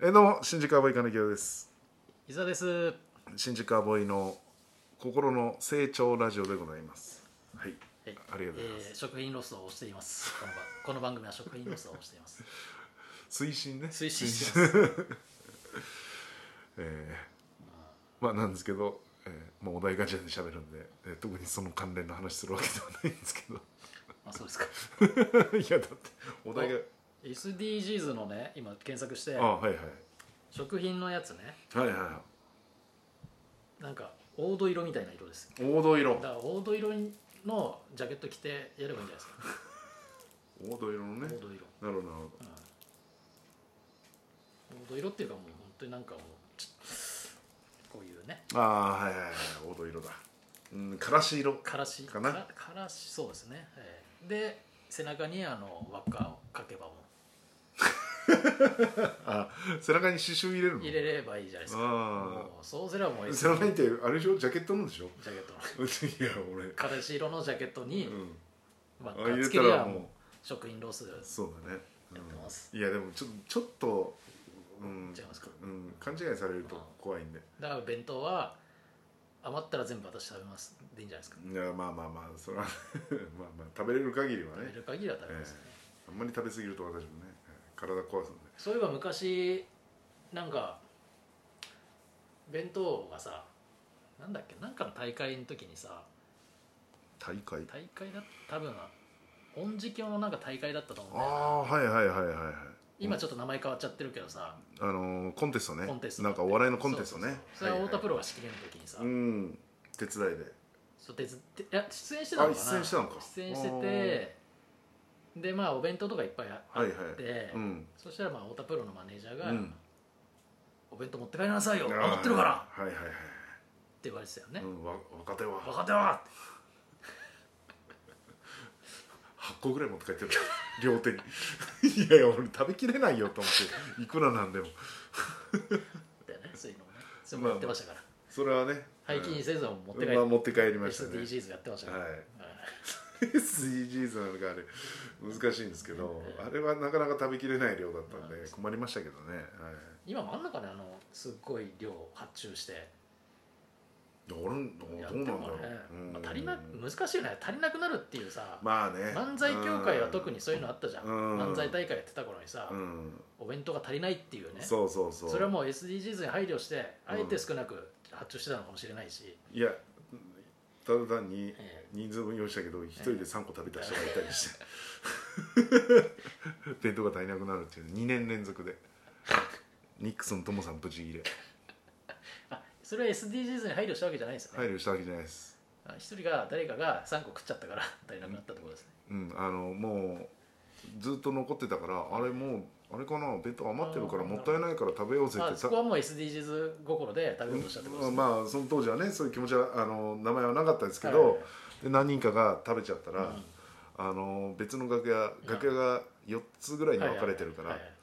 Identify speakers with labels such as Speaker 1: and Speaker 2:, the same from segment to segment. Speaker 1: えーどうも新宿アボーイ金城です
Speaker 2: 伊沢です
Speaker 1: 新宿アボーイの心の成長ラジオでございますはい
Speaker 2: はい
Speaker 1: ありがとうございます
Speaker 2: えー食品ロスをしています この番この番組は食品ロスをしています
Speaker 1: 推進ね
Speaker 2: 推進してます
Speaker 1: えーまあなんですけど、えー、もうお題ガチャで喋るんで、えー特にその関連の話するわけではないんですけど
Speaker 2: あそうですか
Speaker 1: いやだってお題が
Speaker 2: SDGs のね今検索して
Speaker 1: あはいはい
Speaker 2: 食品のやつね
Speaker 1: はいはいは
Speaker 2: なんか黄土色みたいな色です
Speaker 1: い黄土色
Speaker 2: だから黄土色のジャケット着てやればいいんじゃないですか
Speaker 1: 黄土色のね
Speaker 2: 黄土色
Speaker 1: なるほどなるほど
Speaker 2: 黄土色っていうかもう本当になんかもうちこういうね
Speaker 1: ああはいはいはい黄土色だうんからし色
Speaker 2: からし
Speaker 1: かな
Speaker 2: らからしそうですね、ええで背中にあの輪っかをかけばも
Speaker 1: あ背中に刺繍入れるの
Speaker 2: う入れればいいじゃないですか
Speaker 1: あ
Speaker 2: もうそうすればもう
Speaker 1: あ
Speaker 2: ジ
Speaker 1: 背
Speaker 2: ャ
Speaker 1: 中
Speaker 2: ケ
Speaker 1: にってあれでしょジャケットなんでしょ
Speaker 2: ットの
Speaker 1: いや俺
Speaker 2: からし色のジャケットに
Speaker 1: うん
Speaker 2: 輪っ
Speaker 1: あ入
Speaker 2: か
Speaker 1: れ
Speaker 2: つけ
Speaker 1: た
Speaker 2: り
Speaker 1: ら
Speaker 2: ゃ
Speaker 1: もう
Speaker 2: もう食品ロスや
Speaker 1: そうだね、うん
Speaker 2: ってます
Speaker 1: いやでもちょちょっと、うん
Speaker 2: 違いますか
Speaker 1: うん、勘違いされると怖いんで
Speaker 2: だから弁当は余ったら全部私食べますでいいんじゃないですか
Speaker 1: いやまあまあまあそれは まあまあ食べれる限りは
Speaker 2: 食べ
Speaker 1: ね
Speaker 2: る限りは食べますね、
Speaker 1: あんまり食べ過ぎると私もね体壊すんで
Speaker 2: そういえば昔なんか弁当がさなんだっけなんかの大会の時にさ
Speaker 1: 大会
Speaker 2: 大会だ多分恩寺教のなんか大会だったと思うん
Speaker 1: あ
Speaker 2: だよ
Speaker 1: あはいはいはいはいはい
Speaker 2: 今ちょっと名前変わっちゃってるけどさ、
Speaker 1: あのーコンテストね
Speaker 2: コンテスト
Speaker 1: なんかお笑いのコンテスト
Speaker 2: そう
Speaker 1: ね
Speaker 2: そうそうそれは
Speaker 1: はいはい
Speaker 2: 太田プロが仕切りの時にさ、
Speaker 1: うん手伝いで
Speaker 2: そう手伝っていや出演してたのかな
Speaker 1: あ出演してたのか
Speaker 2: 出演しててでまあお弁当とかいっぱいあって、
Speaker 1: はいはいうん
Speaker 2: そしたらまあ太田プロのマネージャーが、
Speaker 1: うん
Speaker 2: お弁当持って帰りなさいよ
Speaker 1: あー
Speaker 2: 余ってるから!」っ
Speaker 1: はいはいはい、
Speaker 2: て言われてたよね
Speaker 1: う、ん、わ若手は
Speaker 2: 若手はって
Speaker 1: 8個ぐらい持って帰ってる 両手に いやいや俺食べきれないよと思っていくらなんでも
Speaker 2: 言ってねそういうのをねそれもやってましたから、
Speaker 1: それはね
Speaker 2: 廃棄にせずは持って帰っ
Speaker 1: まあ、持って帰りましたね
Speaker 2: SDGs やってましたから、
Speaker 1: はい
Speaker 2: はい
Speaker 1: SDGs なのかあれ難しいんですけどあれはなかなか食べきれない量だったんで困りましたけどね、はい、
Speaker 2: 今もあんのかねあのすっごい量発注して
Speaker 1: どうなんどう
Speaker 2: や
Speaker 1: な
Speaker 2: っ
Speaker 1: ん
Speaker 2: ても
Speaker 1: だ
Speaker 2: ね
Speaker 1: ろう、
Speaker 2: ま
Speaker 1: うん
Speaker 2: あ、足りな難しいよね足りなくなるっていうさ、
Speaker 1: まあね
Speaker 2: 漫才協会は特にそういうのあったじゃん、
Speaker 1: うん
Speaker 2: 漫才大会やってた頃にさ、
Speaker 1: うん、うん
Speaker 2: お弁当が足りないっていうねそ
Speaker 1: そうそうそう
Speaker 2: れはもう SDGs に配慮して
Speaker 1: うん
Speaker 2: あえて少なく発注してたのかもしれないし、
Speaker 1: いやただ単に
Speaker 2: え
Speaker 1: 人数分用意したけど一人で3個食べた人がいたりして 弁当が足りなくなるっていう2年連続でニックスンともさんブチギレ
Speaker 2: ーあそれは SDGs に配慮したわけじゃないですよね
Speaker 1: 配慮したわけじゃないです
Speaker 2: あ一、人が誰かが3個食っちゃったから足りなくなったってことですね、
Speaker 1: うんあのもうずっと残ってたからあれもうあれかな弁当余ってるから
Speaker 2: あー
Speaker 1: もったいないから食べようぜって
Speaker 2: あそこはもう SDGs 心で食べようとしたってことですね、
Speaker 1: まあその当時はねそういう気持ちはあの名前はなかったですけど、
Speaker 2: はいはいはい
Speaker 1: で何人かが食べちゃったら、
Speaker 2: うん
Speaker 1: あの別の楽屋楽屋が4つぐらいに分かれてるから、
Speaker 2: はいはいはい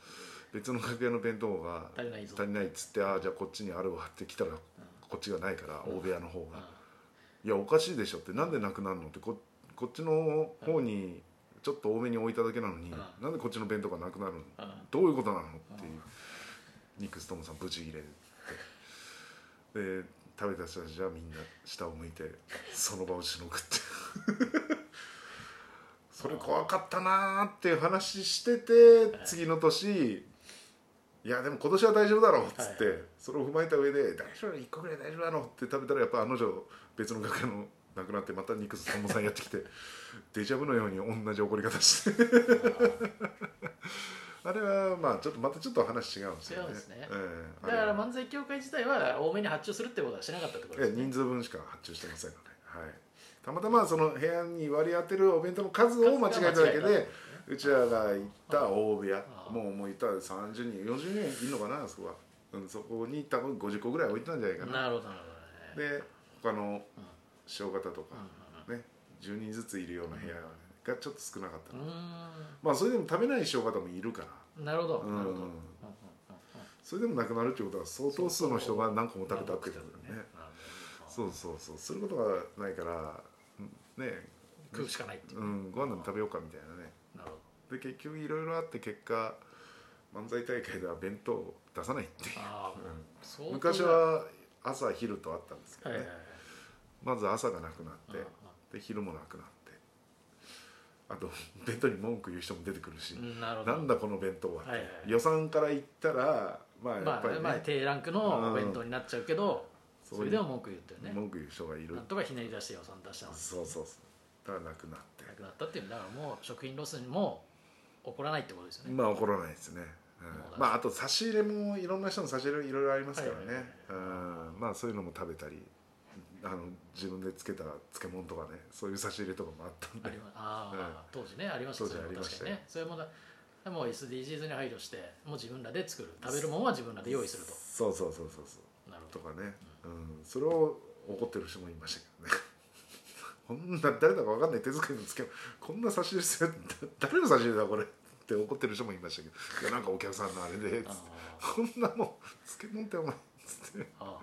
Speaker 1: 別の楽屋の弁当が
Speaker 2: 足りないぞ
Speaker 1: 足りないっつってああじゃあこっちにあるわって来たら、こっちがないから大部屋の方が、いやおかしいでしょってなんでなくなるのってここっちの方にちょっと多めに置いただけなのに、
Speaker 2: うん
Speaker 1: なんでこっちの弁当がなくなるの、
Speaker 2: うんうん
Speaker 1: どういうことなのっていう、ニックストムさんブチギレってで食べた人たちはみんな下を向いてその場をしのぐってそれ怖かったなーっていう話してて次の年いやでも今年は大丈夫だろうっつって、
Speaker 2: はい
Speaker 1: それを踏まえた上で「大丈夫1個ぐらい大丈夫だろ」って食べたらやっぱあの女別の楽屋のなくなってまたニックストムさんやってき てデジャブのように同じ怒り方して あれはまあちょっとまたちょっと話違うんですよね。
Speaker 2: 違うんですね
Speaker 1: ええ
Speaker 2: だか
Speaker 1: あ
Speaker 2: ら
Speaker 1: れは
Speaker 2: 漫才協会自体は多めに発注するってことはしなかったってことで
Speaker 1: え
Speaker 2: す
Speaker 1: え
Speaker 2: ね
Speaker 1: 人数分しか発注してませんので、はい。たまたまその部屋に割り当てるお弁当の数を間違えただけ
Speaker 2: 数が間違えた
Speaker 1: で、うちらが行った大部屋
Speaker 2: あ、あ
Speaker 1: もうもういたら30人、40人いるのかなあそこは。うんそこに多分50個ぐらい置いてたんじゃないかな。
Speaker 2: なるほどなるほどね
Speaker 1: で他の
Speaker 2: うん
Speaker 1: 小型と
Speaker 2: う
Speaker 1: か
Speaker 2: ん
Speaker 1: ね、10人ずついるような部屋がちょっと少なかった
Speaker 2: う
Speaker 1: な。
Speaker 2: ん
Speaker 1: まあそれでも食べない小型もいるから。
Speaker 2: うんなるほど
Speaker 1: うん
Speaker 2: なるほどうんうんうんうん
Speaker 1: それでもなくなるってことは相当数の人が何個も食べたってことだよね
Speaker 2: なるほど
Speaker 1: そうそうそうすることがないからうんね
Speaker 2: 食うしかないっていう
Speaker 1: うんご飯でも食べようかみたいなね
Speaker 2: なるほ
Speaker 1: で結局いろいろあって結果漫才大会では弁当を出さないっていう
Speaker 2: ああ相当だ
Speaker 1: 昔は朝昼とあったんですけ
Speaker 2: は
Speaker 1: ど
Speaker 2: い
Speaker 1: ね、
Speaker 2: はいはい
Speaker 1: まず朝がなくなって、
Speaker 2: う
Speaker 1: で昼もなくなってあと 弁当に文句言う人も出てくるし、
Speaker 2: んうんなるほど
Speaker 1: なんだこの弁当はって、
Speaker 2: はいはいはい
Speaker 1: 予算から言ったらまあや
Speaker 2: ま
Speaker 1: っ
Speaker 2: あ
Speaker 1: ぱりね、
Speaker 2: まあ低ランクのお弁当になっちゃうけど、
Speaker 1: そう
Speaker 2: それでも文句言ってるね
Speaker 1: 文句言う人がいる
Speaker 2: なんとかひねり出して予算出したのに
Speaker 1: そうそうそうだからなくなって
Speaker 2: なくなったっていうだからもう食品ロスにも起こらないってことですよね、
Speaker 1: まあ怒らないですね、うん
Speaker 2: もうだから
Speaker 1: まああと差し入れもいろんな人の差し入れいろいろありますからね、
Speaker 2: はいはい
Speaker 1: うんまあそういうのも食べたりあの自分でつけた漬物とかねそういう差し入れとかもあったん
Speaker 2: あ
Speaker 1: で
Speaker 2: りまあー、
Speaker 1: うん
Speaker 2: 当時ねありました
Speaker 1: 当時
Speaker 2: それも
Speaker 1: ありまし
Speaker 2: 確
Speaker 1: た
Speaker 2: か
Speaker 1: よ
Speaker 2: にねそれもだでもう SDGs に配慮してもう自分らで作る食べるもんは自分らで用意すると
Speaker 1: そうそうそうそうそう
Speaker 2: なる
Speaker 1: と
Speaker 2: ほ
Speaker 1: かね、うん、それを怒ってる人もいましたけどね こんな誰だか分かんない手作りのつけこんな差し入れするだ誰の差し入れだこれって怒ってる人もいましたけどいやなんかお客さんのあれで
Speaker 2: ど
Speaker 1: つっ
Speaker 2: あ
Speaker 1: てこんなもん漬物ってお前つって
Speaker 2: ーあ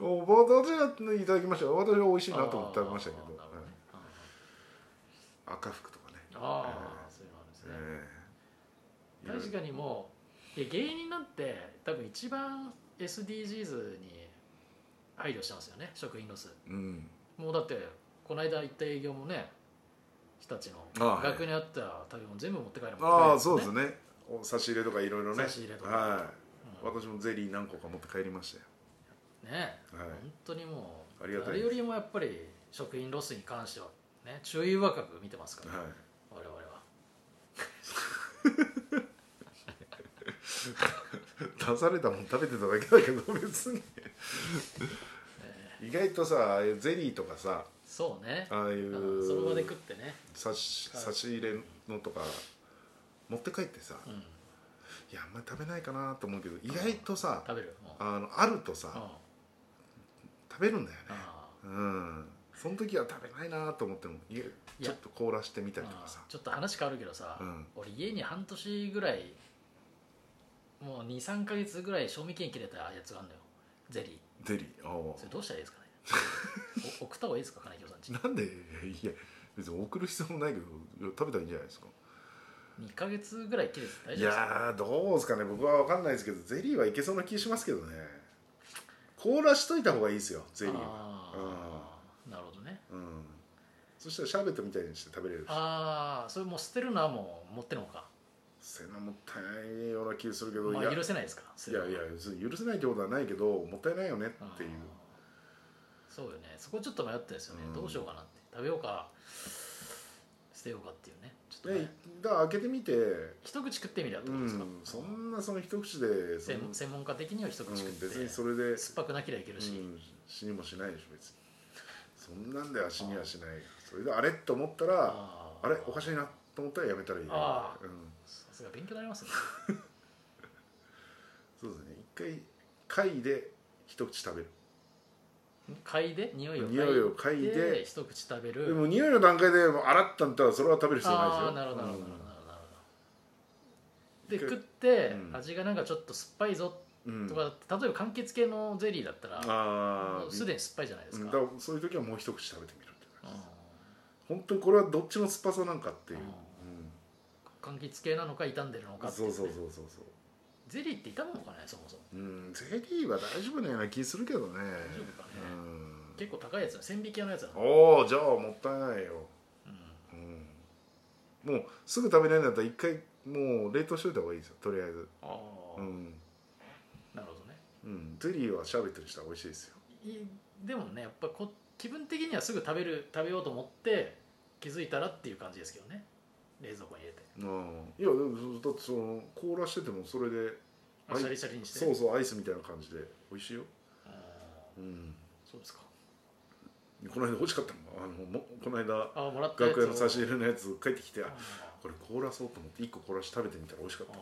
Speaker 2: ー
Speaker 1: お私はいただきましたよ私は美味しい
Speaker 2: あ
Speaker 1: な
Speaker 2: ー
Speaker 1: と思って食べましたけど
Speaker 2: なるほどね
Speaker 1: うん赤服とかね
Speaker 2: あーあーそういうのあるんですね、
Speaker 1: ええ
Speaker 2: 確かにもういや芸人なんて多分一番 SDGs に配慮してますよね食品ロス
Speaker 1: うん
Speaker 2: もうだってこの間行った営業もね日立
Speaker 1: あ
Speaker 2: の
Speaker 1: はい
Speaker 2: 額にあった食べ物全部持って帰るもん
Speaker 1: ああそうですねお差し入れとかいろいろね
Speaker 2: 差し入れとか
Speaker 1: はい、
Speaker 2: うん
Speaker 1: 私もゼリー何個か持って帰りましたよ
Speaker 2: ね
Speaker 1: はい
Speaker 2: 本当にもう
Speaker 1: ありがたいで
Speaker 2: 誰
Speaker 1: す
Speaker 2: よりもやっぱり食品ロスに関してはね注意深く見てますから、
Speaker 1: はい
Speaker 2: 我々は
Speaker 1: 出されたもん食べてただけだけど別に意外とさああいうゼリーとかさ
Speaker 2: そうね
Speaker 1: ああい
Speaker 2: あのその場で
Speaker 1: う
Speaker 2: 食ってね、
Speaker 1: 差し
Speaker 2: はい
Speaker 1: 差し入れのとか持って帰ってさ
Speaker 2: うん、
Speaker 1: いやあんまり食べないかなと思うけど意外とさ
Speaker 2: 食べるもう
Speaker 1: あのあると
Speaker 2: うん
Speaker 1: さ
Speaker 2: あ
Speaker 1: 食べるんだよね
Speaker 2: あ
Speaker 1: うんその時は食べないなと思ってもいや
Speaker 2: い
Speaker 1: ち
Speaker 2: や
Speaker 1: ょっと凍らしてみたりとかさ
Speaker 2: あーちょっと話変わるけどさ、
Speaker 1: うん
Speaker 2: 俺家に半年ぐらいもう23か月ぐらい賞味期限切れたやつがあるのよゼリー
Speaker 1: ゼリーおう
Speaker 2: それどうしたらいいです かねお送った方がいいですか金城さんち
Speaker 1: なんでいや別に送る必要もないけど食べたらいいんじゃないですか
Speaker 2: 2か月ぐらい切れて大
Speaker 1: い
Speaker 2: 丈夫ですか
Speaker 1: やーどうですかね僕は分かんないですけどゼリーはいけそうな気しますけどね凍らしといた方がいいですよゼリーは
Speaker 2: あーなるほどね
Speaker 1: うんそしたらシャーベットみたいにして食べれるし
Speaker 2: ああそれもう捨てるのはもう持ってるのか、
Speaker 1: せなもったいないような気するけど、
Speaker 2: ま
Speaker 1: いや
Speaker 2: あ、
Speaker 1: いや
Speaker 2: 許せないですか
Speaker 1: いや別に許せないってことはないけどもったいないよね
Speaker 2: あー
Speaker 1: っていう
Speaker 2: そうよねそこちょっと迷ったんですよね、
Speaker 1: うん
Speaker 2: どうしようかなって食べようか捨てようかっていうねちょっと
Speaker 1: で
Speaker 2: ね
Speaker 1: だから開けてみて
Speaker 2: 一口食ってみりゃって
Speaker 1: う
Speaker 2: ことですか、
Speaker 1: んそんなその一口でそ
Speaker 2: 専
Speaker 1: の
Speaker 2: 門専門家的には一口食っ
Speaker 1: うん、
Speaker 2: て、
Speaker 1: 別にそれで、うん、
Speaker 2: 酸っぱくなきゃいけるし、
Speaker 1: 死にもしないでしょ別にそんなんでは死にはしないそれであれと思ったら
Speaker 2: あー
Speaker 1: あれおかしいなと思ったらやめたらいい、
Speaker 2: あー
Speaker 1: うん、
Speaker 2: さすが勉強になりますね
Speaker 1: そうですね一回貝で一口食べる
Speaker 2: 嗅いで匂いを嗅いで
Speaker 1: 匂いを嗅いで
Speaker 2: 一口食べ
Speaker 1: で
Speaker 2: る
Speaker 1: も匂いの段階でもう洗ったんだったらそれは食べる必要ないです
Speaker 2: あ
Speaker 1: よ
Speaker 2: あなるほどなるほどなるほどなるほどで
Speaker 1: 一回
Speaker 2: 食って、
Speaker 1: うん
Speaker 2: 味がなんかちょっと酸っぱいぞ
Speaker 1: うんうん
Speaker 2: とか、例えば柑橘系のゼリーだったら
Speaker 1: あ
Speaker 2: も
Speaker 1: あ
Speaker 2: うすでに酸っぱいじゃないです
Speaker 1: うん
Speaker 2: か、
Speaker 1: だ
Speaker 2: う
Speaker 1: か
Speaker 2: ん
Speaker 1: らそういう時はもう一口食べてみるって感じです本当にこれはどっちの酸っぱさなんかっていう、
Speaker 2: あ
Speaker 1: う
Speaker 2: 柑橘系なのか傷んでるのか
Speaker 1: ん、
Speaker 2: って
Speaker 1: そ
Speaker 2: い
Speaker 1: う
Speaker 2: ね、
Speaker 1: うそうそうそうそう
Speaker 2: ゼリーって傷むのかねそもそも
Speaker 1: うん、ゼリーは大丈夫なような気するけどね
Speaker 2: 大丈夫かね
Speaker 1: うん
Speaker 2: 結構高いやつな千匹屋のやつなの、
Speaker 1: おおじゃあもったいないよ、
Speaker 2: うん
Speaker 1: うん、もうすぐ食べないんだったら一回もう冷凍しといた方がいいですよとりあえず
Speaker 2: ああ、
Speaker 1: うん、
Speaker 2: なるほどね
Speaker 1: うん、ゼリーはシャーベットにしたら美味しいですよ
Speaker 2: いでもねやっぱこ気分的にはすぐ食べる食べようと思って気づいたらっていう感じですけどね冷蔵庫に入れて
Speaker 1: うんいやでもだってその凍らしててもそれではい
Speaker 2: シャリシャリにして
Speaker 1: そうそうアイスみたいな感じで美味しいよ、
Speaker 2: あー
Speaker 1: うん、
Speaker 2: そうですか
Speaker 1: この間欲しかったもんあのもこの間
Speaker 2: あーもらった
Speaker 1: 学園の差し
Speaker 2: 入
Speaker 1: 入れのやつ帰ってきてあ
Speaker 2: あ
Speaker 1: これ凍らそうと思って1個凍らして食べてみたら美味しかっ
Speaker 2: ー
Speaker 1: た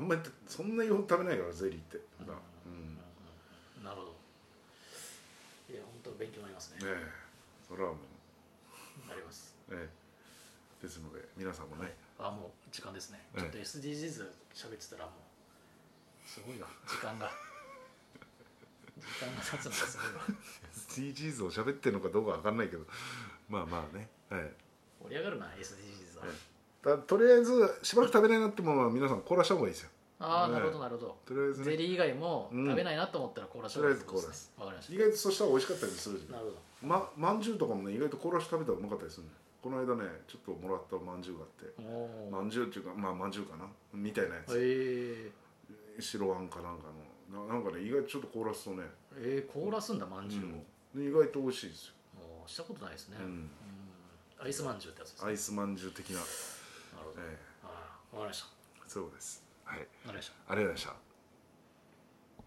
Speaker 1: あ
Speaker 2: あ
Speaker 1: んまりそんなに食べないからゼリーって普段
Speaker 2: う
Speaker 1: うん
Speaker 2: ー、うんなるほどいや本当勉強になりますね
Speaker 1: ねえそれはも
Speaker 2: なります
Speaker 1: う、ええ、ですので皆さんもね、
Speaker 2: あもう時間ですね
Speaker 1: ええ
Speaker 2: ちょっと SDGs 喋ってたらもうすごいわ時間が時間が経つのがすごいわ
Speaker 1: SDGs を喋ってるのかどうかわかんないけどまあまあね、え
Speaker 2: 盛り上がるな SDGs は
Speaker 1: え、だとりあえずしばらく食べないなっても皆さん凍らした方がいいですよ
Speaker 2: ああ、
Speaker 1: ね
Speaker 2: なるほどなるほど
Speaker 1: とりあえず
Speaker 2: ゼ
Speaker 1: ね
Speaker 2: リー以外も
Speaker 1: うん
Speaker 2: 食べないなと思ったらコーラショ
Speaker 1: とりあえずコーラ
Speaker 2: ですねわかりまし
Speaker 1: 意外とそしたら美味しかったりするじ
Speaker 2: た
Speaker 1: ゃん
Speaker 2: なるほど
Speaker 1: ままんじゅうとかもね意外とコーラ酒食べたらうまかったりするねこの間ねちょっともらったまんじゅうがあって
Speaker 2: お
Speaker 1: ま
Speaker 2: お
Speaker 1: んじゅうっていうかまあまんじゅうかなみたいなや
Speaker 2: え
Speaker 1: つ、
Speaker 2: ー、
Speaker 1: 白あんかなんかのななんかね意外とちょっとコーラスとね、
Speaker 2: えー、凍らすんだまんじゅうを、
Speaker 1: うんで意外と美味しいですよ、
Speaker 2: もうしたことないですね、
Speaker 1: う
Speaker 2: うん
Speaker 1: ん、
Speaker 2: アイスまんじゅうってやつです
Speaker 1: ア
Speaker 2: ね
Speaker 1: イスまんじゅう的な、
Speaker 2: なるほど、
Speaker 1: え
Speaker 2: ああわかりまし
Speaker 1: えそうですはい
Speaker 2: たわかりました
Speaker 1: ありがとうございました